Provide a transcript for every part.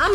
I'm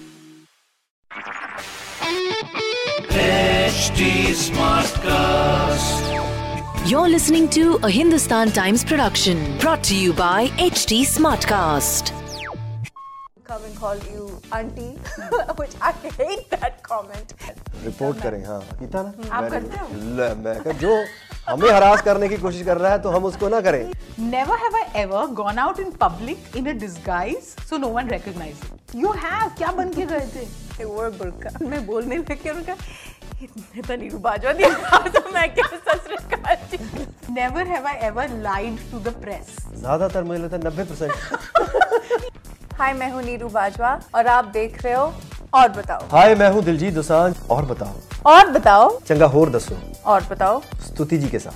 HD Smartcast. You're listening to a Hindustan Times production brought to you by HT Smartcast. come and call you auntie, which I hate that comment. Report करें हाँ इतना ना आप Very करते good. हो? ल- मैं कहा, जो हमें हरास करने की कोशिश कर रहा है तो हम उसको ना करें Never have I ever gone out in public in a disguise so no one recognizes. You have. क्या बन के गए थे? They wore a burqa. मैं बोलने लगी और उनका इतने तो नीरू बाजवा दिया तो मैं क्या सच रखा Never have I ever lied to the press. ज्यादातर मुझे लगता है नब्बे परसेंट हाय मैं हूँ नीरू बाजवा और आप देख रहे हो और बताओ हाय मैं हूँ दिलजीत दोसांझ और बताओ और बताओ चंगा होर दसो और बताओ स्तुति जी के साथ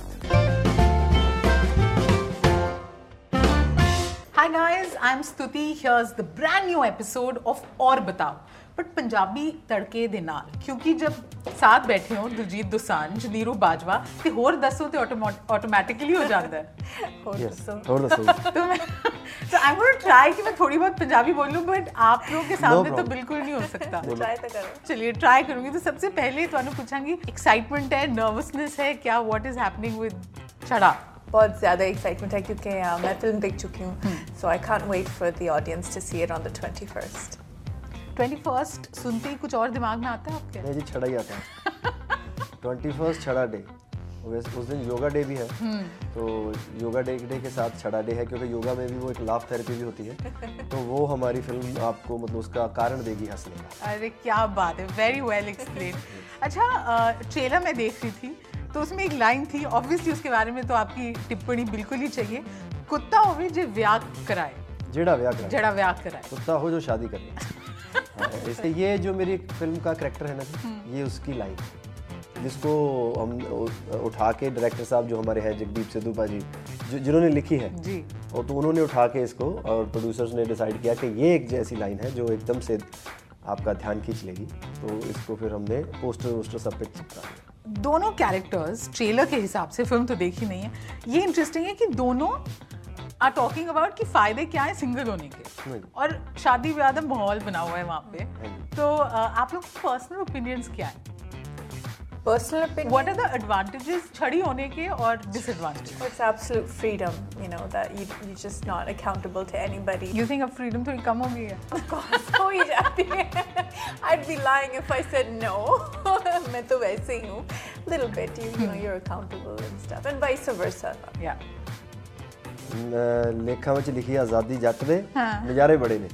Hi guys, I'm Stuti. Here's the brand new episode of और बताओ बट पंजाबी तड़के ਦੇ ਨਾਲ ਕਿਉਂਕਿ ਜਦ ਸਾਥ ਬੈਠੇ ਹੋ ਦਿਲਜੀਤ ਦੋਸਾਂਝ ਨੀਰੂ ਬਾਜਵਾ ਤੇ ਹੋਰ ਦੱਸੋ ਤੇ ਆਟੋਮੈਟਿਕਲੀ ਹੋ ਜਾਂਦਾ ਹੈ और यस बताओ। होर दसो तो मैं तो आई वांट टू ट्राई कि मैं थोड़ी बहुत पंजाबी बोल लूं बट आप लोगों के सामने तो problem. बिल्कुल नहीं हो सकता Try तो करो चलिए ट्राई करूंगी तो सबसे पहले ਤੁਹਾਨੂੰ ਪੁੱਛਾਂਗੀ ਐਕਸਾਈਟਮੈਂਟ ਹੈ ਨਰਵਸਨੈਸ ਹੈ क्या what is happening with छड़ा बहुत ज़्यादा एक्साइटमेंट है क्योंकि uh, मैं फिल्म देख चुकी हूँ सो आई can't wait for the audience to see it on the 21st 21st सुनते ही कुछ और दिमाग में आता है आपके मैं जी छड़ा ही आता है ट्वेंटी फर्स्ट छड़ा डे वैसे उस दिन योगा डे भी है हम्म। तो योगा डे डे के साथ छड़ा डे है क्योंकि योगा में भी वो एक लाभ थेरेपी भी होती है तो वो हमारी फिल्म आपको मतलब उसका कारण देगी हंसने का अरे क्या बात है वेरी वेल एक्सप्लेन अच्छा ट्रेलर मैं देख रही थी तो उसमें एक लाइन थी ऑब्वियसली उसके बारे में तो आपकी टिप्पणी बिल्कुल ही चाहिए कुत्ता होवे जे व्याह कराए जेड़ा व्याकरण जड़ा व्याह कराए कुत्ता हो जो शादी कर ले हाँ, इसलिए ये जो मेरी एक फिल्म का करेक्टर है ना जी, ये उसकी लाइन है जिसको हम उ- उठा के डायरेक्टर साहब जो हमारे हैं जगदीप सिद्धूपा जी जो जिन्होंने लिखी है जी और तो उन्होंने उठा के इसको और प्रोड्यूसर्स ने डिसाइड किया कि ये एक जैसी लाइन है जो एकदम से आपका ध्यान खींच लेगी तो इसको फिर हमने पोस्टर वोस्टर सब पे चिपका दिया। दोनों कैरेक्टर्स ट्रेलर के हिसाब से फिल्म तो देखी नहीं है ये इंटरेस्टिंग है कि दोनों आर टॉकिंग अबाउट कि फायदे क्या है सिंगल होने के नहीं। और शादी विवाह का माहौल बना हुआ है वहाँ पे तो अ, आप लोग पर्सनल ओपिनियंस क्या है personal opinion what are the advantages छड़ी होने के और disadvantage It's absolute freedom, you know, that you, you're just not accountable to anybody. You think अब फ्रीडम थोड़ी कम हो गई है of course, हो ही जाती है. I'd be lying if I said no. मैं तो वैसे ही हूँ. Little bit, you, you know, you're accountable and stuff, and vice versa. या न- लेखा में लिखी आज़ादी जट ने नज़ारे बड़े ने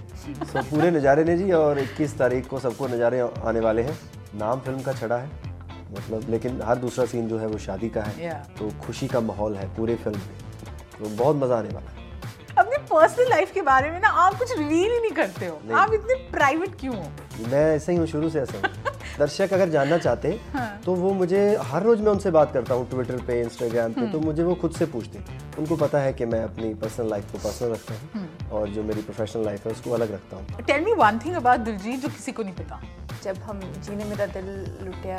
सो पूरे नज़ारे ने जी और 21 तारीख को सबको नज़ारे आने वाले हैं नाम फिल्म का छड़ा है मतलब लेकिन हर दूसरा सीन जो है वो शादी का है Yeah. तो खुशी का माहौल है पूरे फिल्म में तो बहुत मज़ा आने वाला है अपने पर्सनल लाइफ के बारे में ना आप कुछ रिवील ही नहीं करते हो नहीं। आप इतने प्राइवेट क्यों हो मैं ऐसे ही हूँ शुरू से ऐसा हूँ दर्शक अगर जानना चाहते तो वो मुझे हर रोज़ मैं उनसे बात करता हूँ ट्विटर पे इंस्टाग्राम पे तो मुझे वो खुद से पूछते उनको पता है कि मैं अपनी पर्सनल लाइफ को पर्सनल रखता हूँ और जो मेरी प्रोफेशनल लाइफ है उसको अलग रखता हूँ tell me one thing about Diljit जो किसी को नहीं पता जब हम जीने मेरा दिल लुटिया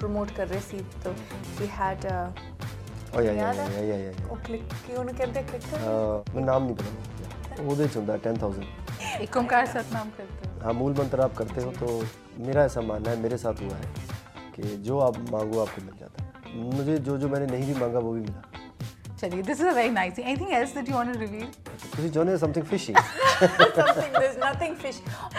प्रमोट कर रहे थे तो he had uh, a, ਓ ਯਾ ਯਾ याद ਯਾ है? ਯਾ ਯਾ ਯਾ वो Oh, click क्यों नहीं करते click कर ਮੈਨੂੰ ਨਾਮ ਨਹੀਂ ਪਤਾ ਉਹਦੇ ਚ ਹੁੰਦਾ 10000 एक ओंकार सतनाम करते हो हाँ मूल मंत्र आप करते हो तो मेरा ऐसा मानना है मेरे साथ हुआ है कि जो आप मांगो आपको मिल जाता है मुझे जो जो मैंने नहीं भी मांगा वो भी मिला चलिए this is a very nice anything else that you want to reveal ਤੁਸੀਂ ਚਾਹੁੰਦੇ ਹੋ ਸਮथिंग ਫਿਸ਼ੀ something. There's nothing fish.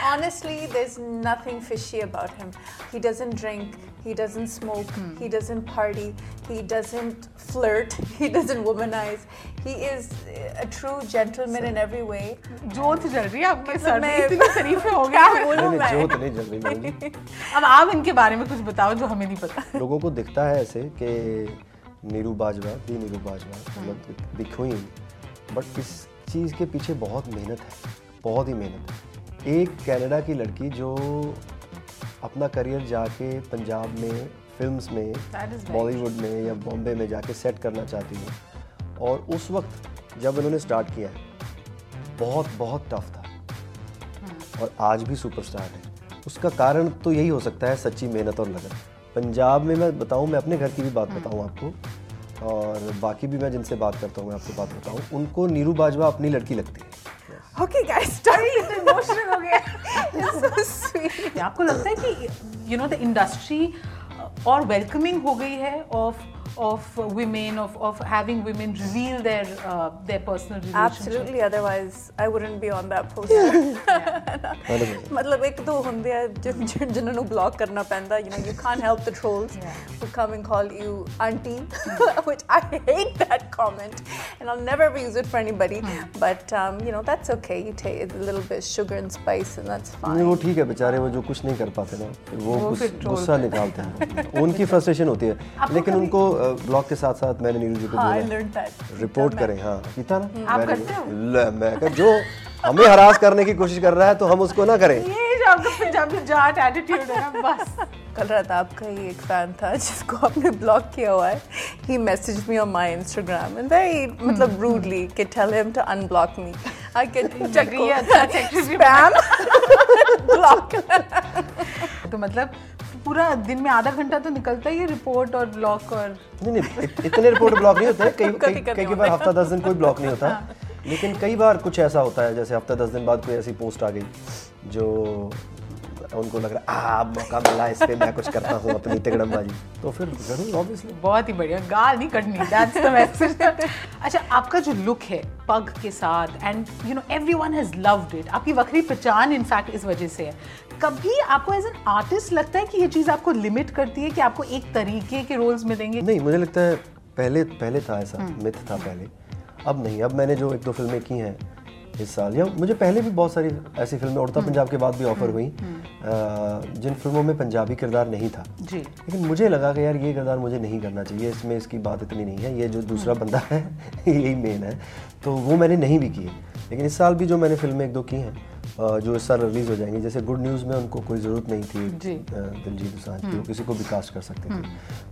Honestly, there's nothing fishy about him. He doesn't drink. He doesn't smoke. He doesn't party. He doesn't flirt. He doesn't womanize. He is a true gentleman in every way. जोत जल तो रही है आपके sir में मैं- इतनी शरीफे हो क्या गए बोलूं मैंने मैं? जोत नहीं जल रही मेरी अब आप इनके बारे में कुछ बताओ जो हमें नहीं पता लोगों को दिखता है ऐसे कि नीरू बाजवा दी नीरू बाजवा हाँ। मतलब दिखो ही बट इस चीज़ के पीछे बहुत मेहनत है बहुत ही मेहनत है एक कनाडा की लड़की जो अपना करियर जाके पंजाब में फिल्म्स में That is very बॉलीवुड में या बॉम्बे में जाके सेट करना चाहती है और उस वक्त जब इन्होंने स्टार्ट किया है बहुत बहुत टफ था और आज भी सुपरस्टार है उसका कारण तो यही हो सकता है सच्ची मेहनत और लगन पंजाब में मैं बताऊं मैं अपने घर की भी हम्म। बात बताऊं आपको और बाकी भी मैं जिनसे बात करता हूं मैं आपको बात बताऊं उनको नीरू बाजवा अपनी लड़की लगती है Okay, guys, sorry, it's emotional हो गया. It's so sweet. आपको लगता है कि you know the industry uh, और वेलकमिंग हो गई है of of women of of having women reveal their uh, their personal relationship Absolutely, otherwise I wouldn't be on that poster. Madam ਮਤਲਬ ਇੱਕ ਦੋ ਹੁੰਦੇ ਆ ਜਿ- ਜਿ- ਜਿਨ੍ਹਾਂ ਨੂੰ ਬਲੌਕ ਕਰਨਾ ਪੈਂਦਾ you نو you can't help the trolls Yeah. who come and call you auntie which i hate that comment and i'll never use it for anybody Hmm. but um, you know that's okay you take it a little bit sugar and spice and that's नहीं, fine वो ठीक है बेचारे वो जो कुछ नहीं कर पाते ना वो वो गुस- फिर troll गुस्सा करते निकालते हैं उनकी फ्रस्ट्रेशन होती है आपको लेकिन कभी- उनको ब्लॉग के साथ साथ मैंने नीरू जी को हाँ, Ah, I बोला learned that. Report Done that. करें हाँ ਕੀਤਾ ना तो आप मैंने- करते हो? ले, मैं कहा, जो हमें हरास करने की कोशिश कर रहा है तो हम उसको ना करें ये जो आपका पंजाबी जाट एटीट्यूड है ना बस कल रात आपका ही एक फैन था जिसको आपने ब्लॉक किया हुआ है ही message me on my Instagram and very Hmm. मतलब रूडली कि tell him to unblock me I can ये अच्छा text भी स्पैम ब्लॉक तो मतलब पूरा दिन में आधा घंटा तो निकलता ही है रिपोर्ट और ब्लॉक और नहीं नहीं इत- इतने रिपोर्ट ब्लॉक नहीं होते हैं कई कभी- कई- कभी हाँ। कई- कई होते बार हैं। हफ्ता दस दिन कोई ब्लॉक नहीं होता लेकिन कई बार कुछ ऐसा होता है जैसे हफ्ता दस दिन बाद कोई ऐसी पोस्ट आ गई जो उनको लग रहा है आप मौका मिला इस पे मैं कुछ करता हूँ अपनी तिगड़मबाजी तो फिर जरूर ऑब्वियसली बहुत ही बढ़िया गाल नहीं कटनी दैट्स द मैसेज अच्छा आपका जो लुक है पग के साथ and you know everyone has loved it आपकी वक्री पहचान इनफैक्ट इस वजह से है कभी आपको एज एन आर्टिस्ट लगता है कि ये चीज़ आपको लिमिट करती है कि आपको एक तरीके के रोल्स मिलेंगे नहीं मुझे लगता है पहले पहले था ऐसा हाँ। मिथ था पहले अब नहीं अब मैंने जो एक दो फिल्में की हैं इस साल या मुझे पहले भी बहुत सारी ऐसी फिल्में उड़ता हाँ। पंजाब के बाद भी ऑफर हुई अ, जिन फिल्मों में पंजाबी किरदार नहीं था जी लेकिन मुझे लगा कि यार ये किरदार मुझे नहीं करना चाहिए इसमें इसकी बात इतनी नहीं है ये जो दूसरा हाँ। बंदा है यही मेन है तो वो मैंने नहीं भी की है लेकिन इस साल भी जो मैंने फिल्में एक दो की हैं अ, जो इस साल रिलीज हो जाएंगी जैसे गुड न्यूज़ में उनको कोई ज़रूरत नहीं थी जी। हम्म। अ, दिलजीत दोसांझ की वो किसी को भी कास्ट कर सकते थे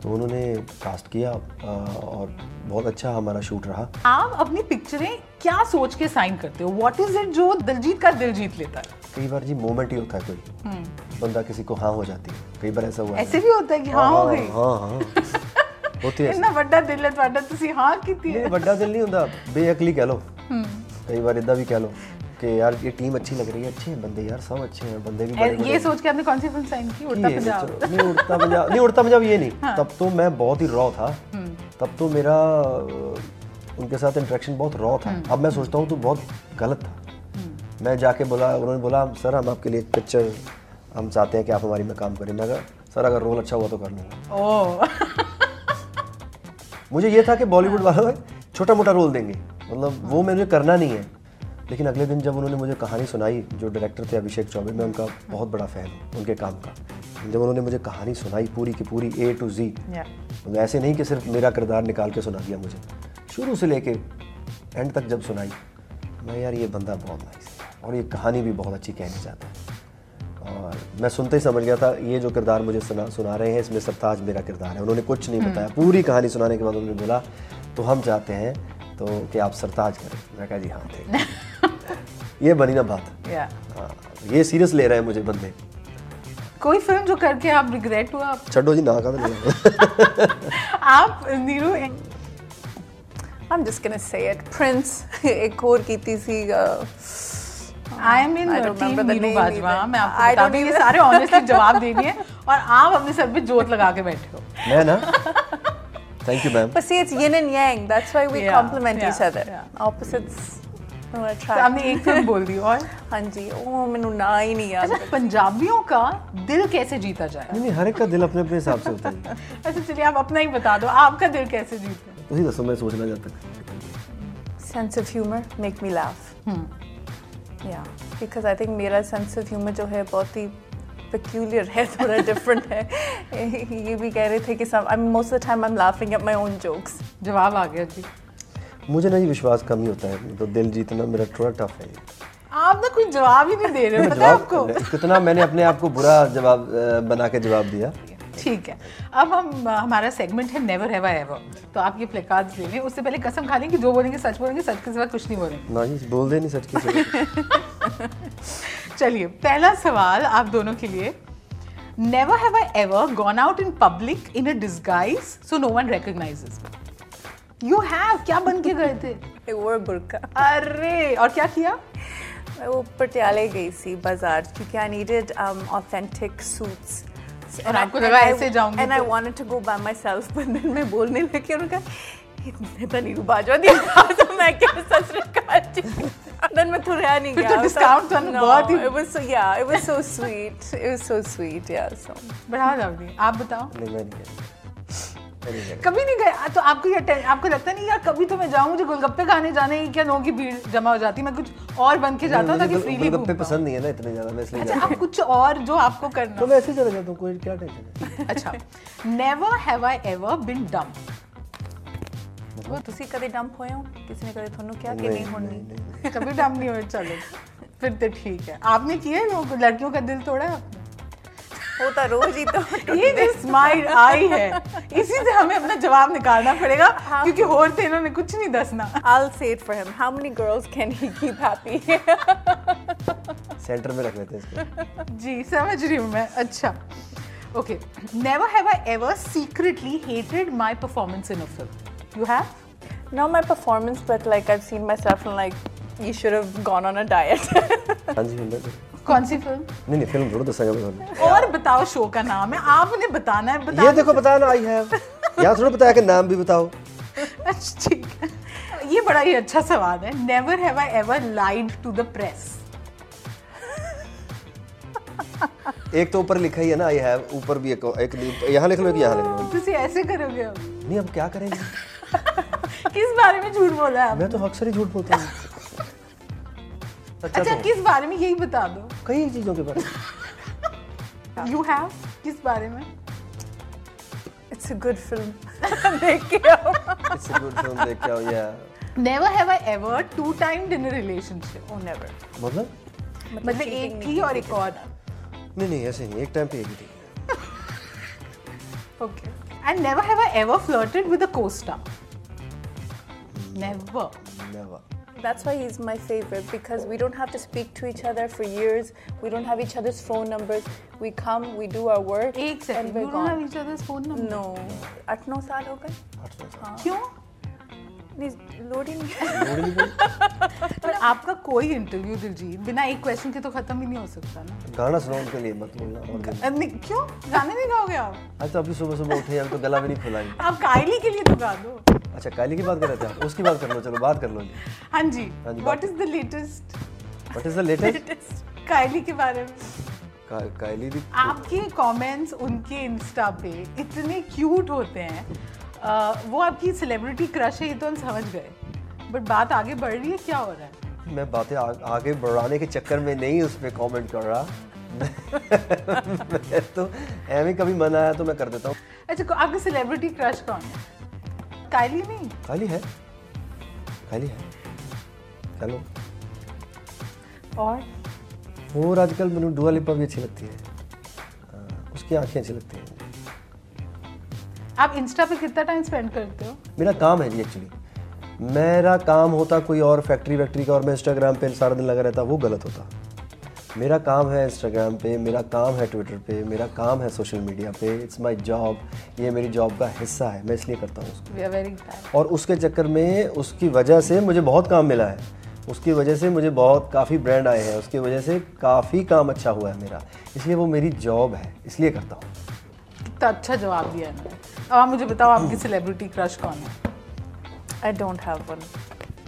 तो उन्होंने कास्ट किया अ, और बहुत अच्छा हमारा शूट रहा आप अपनी पिक्चरें क्या सोच के साइन करते हो व्हाट इज इट जो दिलजीत का दिल जीत लेता है कई बार जी मोमेंट ही होता है कोई बंदा किसी को हाँ हो जाती है कई बार ऐसा हुआ है। हम्म। ऐसे भी होता है कि हाँ हो गई हाँ हाँ होती है ऐसे। ਇੰਨਾ ਵੱਡਾ ਦਿਲ ਹੈ ਤੁਹਾਡਾ ਤੁਸੀਂ ਹਾਂ ਕੀਤੀ ਹੈ ਨਹੀਂ ਵੱਡਾ ਦਿਲ ਨਹੀਂ ਹੁੰਦਾ ਬੇਅਕਲੀ ਕਹਿ ਲੋ ਕਈ ਵਾਰ ਇਦਾਂ ਵੀ ਕਹਿ ਲੋ ਕਿ ਯਾਰ ਇਹ ਟੀਮ ਅੱਛੀ ਲੱਗ ਰਹੀ ਹੈ ਅੱਛੇ ਹੈ ਬੰਦੇ ਯਾਰ ਸਭ ਅੱਛੇ ਹੈ ਬੰਦੇ ਵੀ ਬੜੇ ਇਹ- ਇਹ ਸੋਚ ਕੇ ਆਪਨੇ ਕੌਣ ਸੀ ਫਿਲਮ ਸਾਈਨ ਕੀ ਕੀ ਉੜਤਾ ਹੈ ये ਪੰਜਾਬ बच्चों? नहीं उड़ता पंजाब नहीं उड़ता पंजाब ये नहीं तब तो मैं बहुत ही रॉ था तब तो मेरा अ, उनके साथ इंटरेक्शन बहुत रॉ था अब मैं सोचता हूँ तो बहुत गलत था मैं जाके बोला उन्होंने बोला सर हम आपके लिए एक पिक्चर हम चाहते हैं कि आप हमारी में काम करें मैं कहा सर अगर रोल अच्छा हुआ तो कर लूँगा ਓ मुझे ये था कि बॉलीवुड वाला छोटा मोटा रोल देंगे मतलब वो मैंने करना नहीं है लेकिन अगले दिन जब उन्होंने मुझे कहानी सुनाई जो डायरेक्टर थे अभिषेक चौबे मैं उनका बहुत बड़ा फ़ैन हूँ उनके काम का जब उन्होंने मुझे कहानी सुनाई पूरी की पूरी ए टू जी मतलब ऐसे नहीं कि सिर्फ मेरा किरदार निकाल के सुना दिया मुझे शुरू से लेके एंड तक जब सुनाई मैं यार ये बंदा बहुत नाइस है और ये कहानी भी बहुत अच्छी कहनी चाहता है और मैं सुनते ही समझ गया था ये जो किरदार मुझे सुना सुना रहे हैं इसमें सरताज मेरा किरदार है उन्होंने कुछ नहीं बताया पूरी कहानी सुनाने के बाद उन्होंने बोला तो हम चाहते हैं तो कि आप सरताज करें मैं कहा जी हाँ थे ये बनी ना बात ਯਾ हाँ ये सीरियस ले रहे हैं मुझे बंदे कोई फिल्म जो करके आप रिग्रेट हुआ आप- छो जी ना कर आप Neeru I'm just gonna say it. Prince, एक और की uh, थी see I am in I don't team remember the Neeru name Bajwa either. मैं आपको I बता don't दूं ये even- सारे ऑनेस्टली जवाब देंगे और आप अपने सर पे जोत लगा के बैठे हो तो मैं ना thank you ma'am But see, it's yin and yang. That's why we Yeah, complement yeah, each other. yeah. Opposites don't तो attract. आपने एक फिल्म बोल दी और हाँ जी, ओ मैंने ना ही नहीं याद। अच्छा पंजाबियों का दिल कैसे जीता जाए नहीं नहीं हर एक का दिल अपने अपने हिसाब से होता है अच्छा चलिए आप अपना ही बता दो आपका दिल कैसे जीता है? ਤੁਸੀਂ ਦੱਸੋ ਮੈਂ ਸੋਚਣਾ ਜਦ ਤੱਕ Sense of humor make me laugh. Yeah, because I think मेरा sense of humor जो है बहुत ही peculiar है, थोड़ा different है। ये भी कह रहे थे कि some, I mean, most of the time I'm laughing at my own jokes. जवाब आ गया जी मुझे ना ये विश्वास कम ही होता है तो दिल जीतना मेरा थोड़ा टफ है आप ना कोई जवाब ही नहीं दे रहे हो पता है जवाब तो आपको कितना मैंने अपने आप को बुरा जवाब अ, बना के जवाब दिया ठीक है अब हम हमारा सेगमेंट है नेवर हैव आई एवर तो आप ये प्लेकार्ड्स ले लें उससे पहले कसम खा लें कि जो बोलेंगे सच बोलेंगे सच के सिवा कुछ नहीं बोलेंगे ना जी बोल दे नहीं सच की जरूरत। चलिए पहला सवाल आप दोनों के लिए never have I ever gone out in public in a disguise so no one recognises you have क्या बन के गए थे I wore burqa. अरे और क्या किया मैं वो पटियाले गई थी बाजार क्योंकि um, I needed authentic suits और आपको लगा ऐसे जाऊंगी एंड आई तो- wanted to go bye my self but then मैं बोलने लगी और उनका इतना नीरू बाजवा दिया था तो मैं क्या सच रखा देन मैं थोड़ा नहीं फिर तो गया I was like, discount on "No, बहुत ही- it was so yeah it was so sweet it was so sweet yeah so बढ़ा जाओगी आप बताओ नहीं मैं नहीं गया। मैं नहीं गया। कभी नहीं गए तो आपको ये टे- आपको लगता नहीं यार कभी तो मैं जाऊं मुझे गोलगप्पे खाने जाने हैं, क्या लोगों की भीड़ जमा हो जाती है, मैं कुछ और बन के जाता हूँ मुझे ताकि गोल- फ्रीली गोलगप्पे तो पसंद नहीं है ना इतने ज्यादा मैं इसलिए अच्छा जाता आप कुछ और जो आपको करना तो मैं ऐसे ही चला जाता हूँ कोई क्या टेंशन है अच्छा never have I ever been dumb वो ਤੁਸੀਂ ਕਦੇ ਡੰਪ ਹੋਏ ਹੋ ਕਿਸੇ ਨੇ ਕਦੇ ਤੁਹਾਨੂੰ ਕਿਹਾ ਕਿ नहीं, ਨਹੀਂ ਹੋਣੀ नहीं, नहीं, नहीं। कभी डम नहीं हुए चलो फिर तो ठीक है आपने किए लोगों को लड़कियों का दिल तोड़ा है आपने? ਉਹ ਤਾਂ ਰੋਜ਼ ਹੀ ਤਾਂ ये जो स्माइल आई है इसी से हमें अपना जवाब निकालना पड़ेगा क्योंकि और थे इन्होंने कुछ नहीं दसना I'll say it for him. How many girls can he keep happy? Centre में रख लेते हैं इसको जी समझ रही हूँ मैं अच्छा okay never have I ever secretly hated my performance in a film you have Not my performance, but like I've seen myself and like, you should have gone on a diet. हाँ जी हिंदा जी। कौन सी film नहीं नहीं film थोड़ा तो दसाएगा बस हमने। और बताओ शो का नाम है आपने बताना है बताना ये देखो बताया ना आई हैव यहाँ थोड़ा बताया कि नाम भी बताओ अच्छा, ठीक है ये बड़ा ही अच्छा सवाल है never have I ever lied to the press एक तो ऊपर लिखा ही है ना आई हैव ऊपर भी एक, एक यहाँ लिख लो एक यहाँ लिख लो तुसी ऐसे करोगे अब। नहीं अब क्या करेंगे किस बारे में झूठ बोला है आप मैं तो अक्सर ही झूठ बोलता हूँ अच्छा अच्छा तो किस बारे में यही बता दो कई चीजों के बारे में यू हैव किस बारे में it's a good film. It's good film देख के आओ या never have I ever two time in relationship Oh, never. मतलब मतलब एक थी और एक और नहीं नहीं ऐसे नहीं एक टाइम पे एक ही थी okay and never have I ever flirted with a costar never Never. That's why he's my favorite because we don't have to speak to each other for years. We don't have each other's phone numbers. We come, we do our work, एक and second we're you don't have gone. Each other's phone number No. आठ नौ साल हो गए क्यों नहीं, load ही नहीं पर आपका कोई इंटरव्यू दिलजीत बिना एक क्वेश्चन के तो खत्म ही नहीं हो सकता ना गाना सुनाओ उनके लिए मत बोलना और गाना। अरे नहीं, क्यों गाने नहीं गाओगे आप आज तो अभी सुबह सुबह उठे अभी तो गला भी नहीं खुला है आप कायली के लिए तो गा दो अच्छा काली की बात कर रहे थे आप उसकी बात कर लो चलो बात कर लो जी हाँ जी हाँ जी, व्हाट बात- is the latest what is the latest Kylie के बारे में कायली दी आपके कमेंट्स उनके इंस्टा पे इतने क्यूट होते हैं अ, वो आपकी सेलिब्रिटी क्रश है ये तो हम समझ गए बट बात आगे बढ़ रही है क्या हो रहा है मैं बातें आ, आगे बढ़ाने के चक्कर में नहीं उस पर कॉमेंट कर रहा मैं तो एम ही कभी मन आया तो मैं कर देता हूँ अच्छा को- आपकी सेलिब्रिटी क्रश कौन है कायली नहीं खाली है खाली है चलो और और आजकल मैंने डुआ लिपा भी अच्छी लगती है हाँ, उसकी आंखें अच्छी लगती हैं आप इंस्टा पे कितना टाइम स्पेंड करते हो मेरा काम है जी एक्चुअली मेरा काम होता कोई और फैक्ट्री वैक्ट्री का और मैं इंस्टाग्राम पे सारा दिन लगा रहता वो गलत होता मेरा काम है इंस्टाग्राम पे मेरा काम है ट्विटर पे मेरा काम है सोशल मीडिया पे इट्स माय जॉब ये मेरी जॉब का हिस्सा है मैं इसलिए करता हूँ उसको वी आर वेरी ग्लैड और उसके चक्कर में उसकी वजह से मुझे बहुत काम मिला है उसकी वजह से मुझे बहुत काफ़ी ब्रांड आए हैं उसकी वजह से काफ़ी काम अच्छा हुआ है मेरा इसलिए वो मेरी जॉब है इसलिए करता हूँ कितना अच्छा जवाब दिया इन्होंने अब आप मुझे बताओ आपकी सेलिब्रिटी क्रश कौन है I don't have one.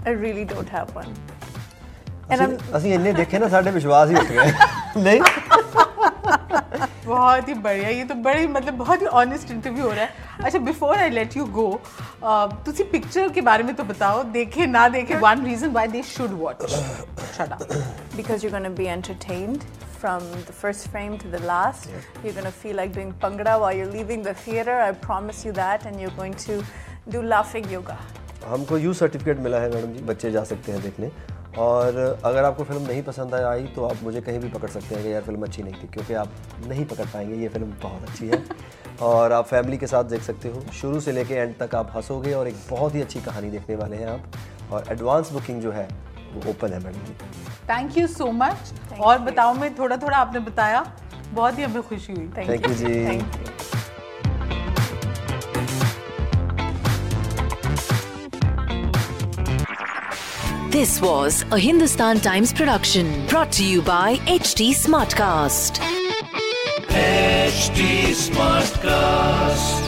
I really don't have one. And I'm ਅਸੀਂ- ਅਸੀਂ ਇੰਨੇ ਦੇਖੇ ਨਾ ਸਾਡੇ ਵਿਸ਼ਵਾਸ ਹੀ ਉੱਠ ਗਏ ਨਹੀਂ बहुत ही बढ़िया ये तो बड़े मतलब बहुत ही ऑनेस्ट इंटरव्यू हो रहा है अच्छा before I let you go तुसी पिक्चर के बारे में तो बताओ देखे ना देखे one reason why they should watch shut up because you're going to be entertained from the first frame to the last. You're going to feel like doing pangra while you're leaving the theater. I promise you that. And you're going to do laughing yoga. हमको U certificate मिला है madam जी बच्चे जा सकते हैं देखने और अगर आपको फिल्म नहीं पसंद आई तो आप मुझे कहीं भी पकड़ सकते हैं कि यार फिल्म अच्छी नहीं थी क्योंकि आप नहीं पकड़ पाएंगे ये फिल्म बहुत अच्छी है और आप फैमिली के साथ देख सकते हो शुरू से लेके एंड तक आप हंसोगे और एक बहुत ही अच्छी कहानी देखने वाले हैं आप और एडवांस बुकिंग जो है वो ओपन है madam ji thank you so much और बताओ मैं थोड़ा थोड़ा आपने बताया बहुत ही हमें खुशी हुई Thank thank you ji Thank you. This was a Hindustan Times production brought to you by HD Smartcast. HD Smartcast.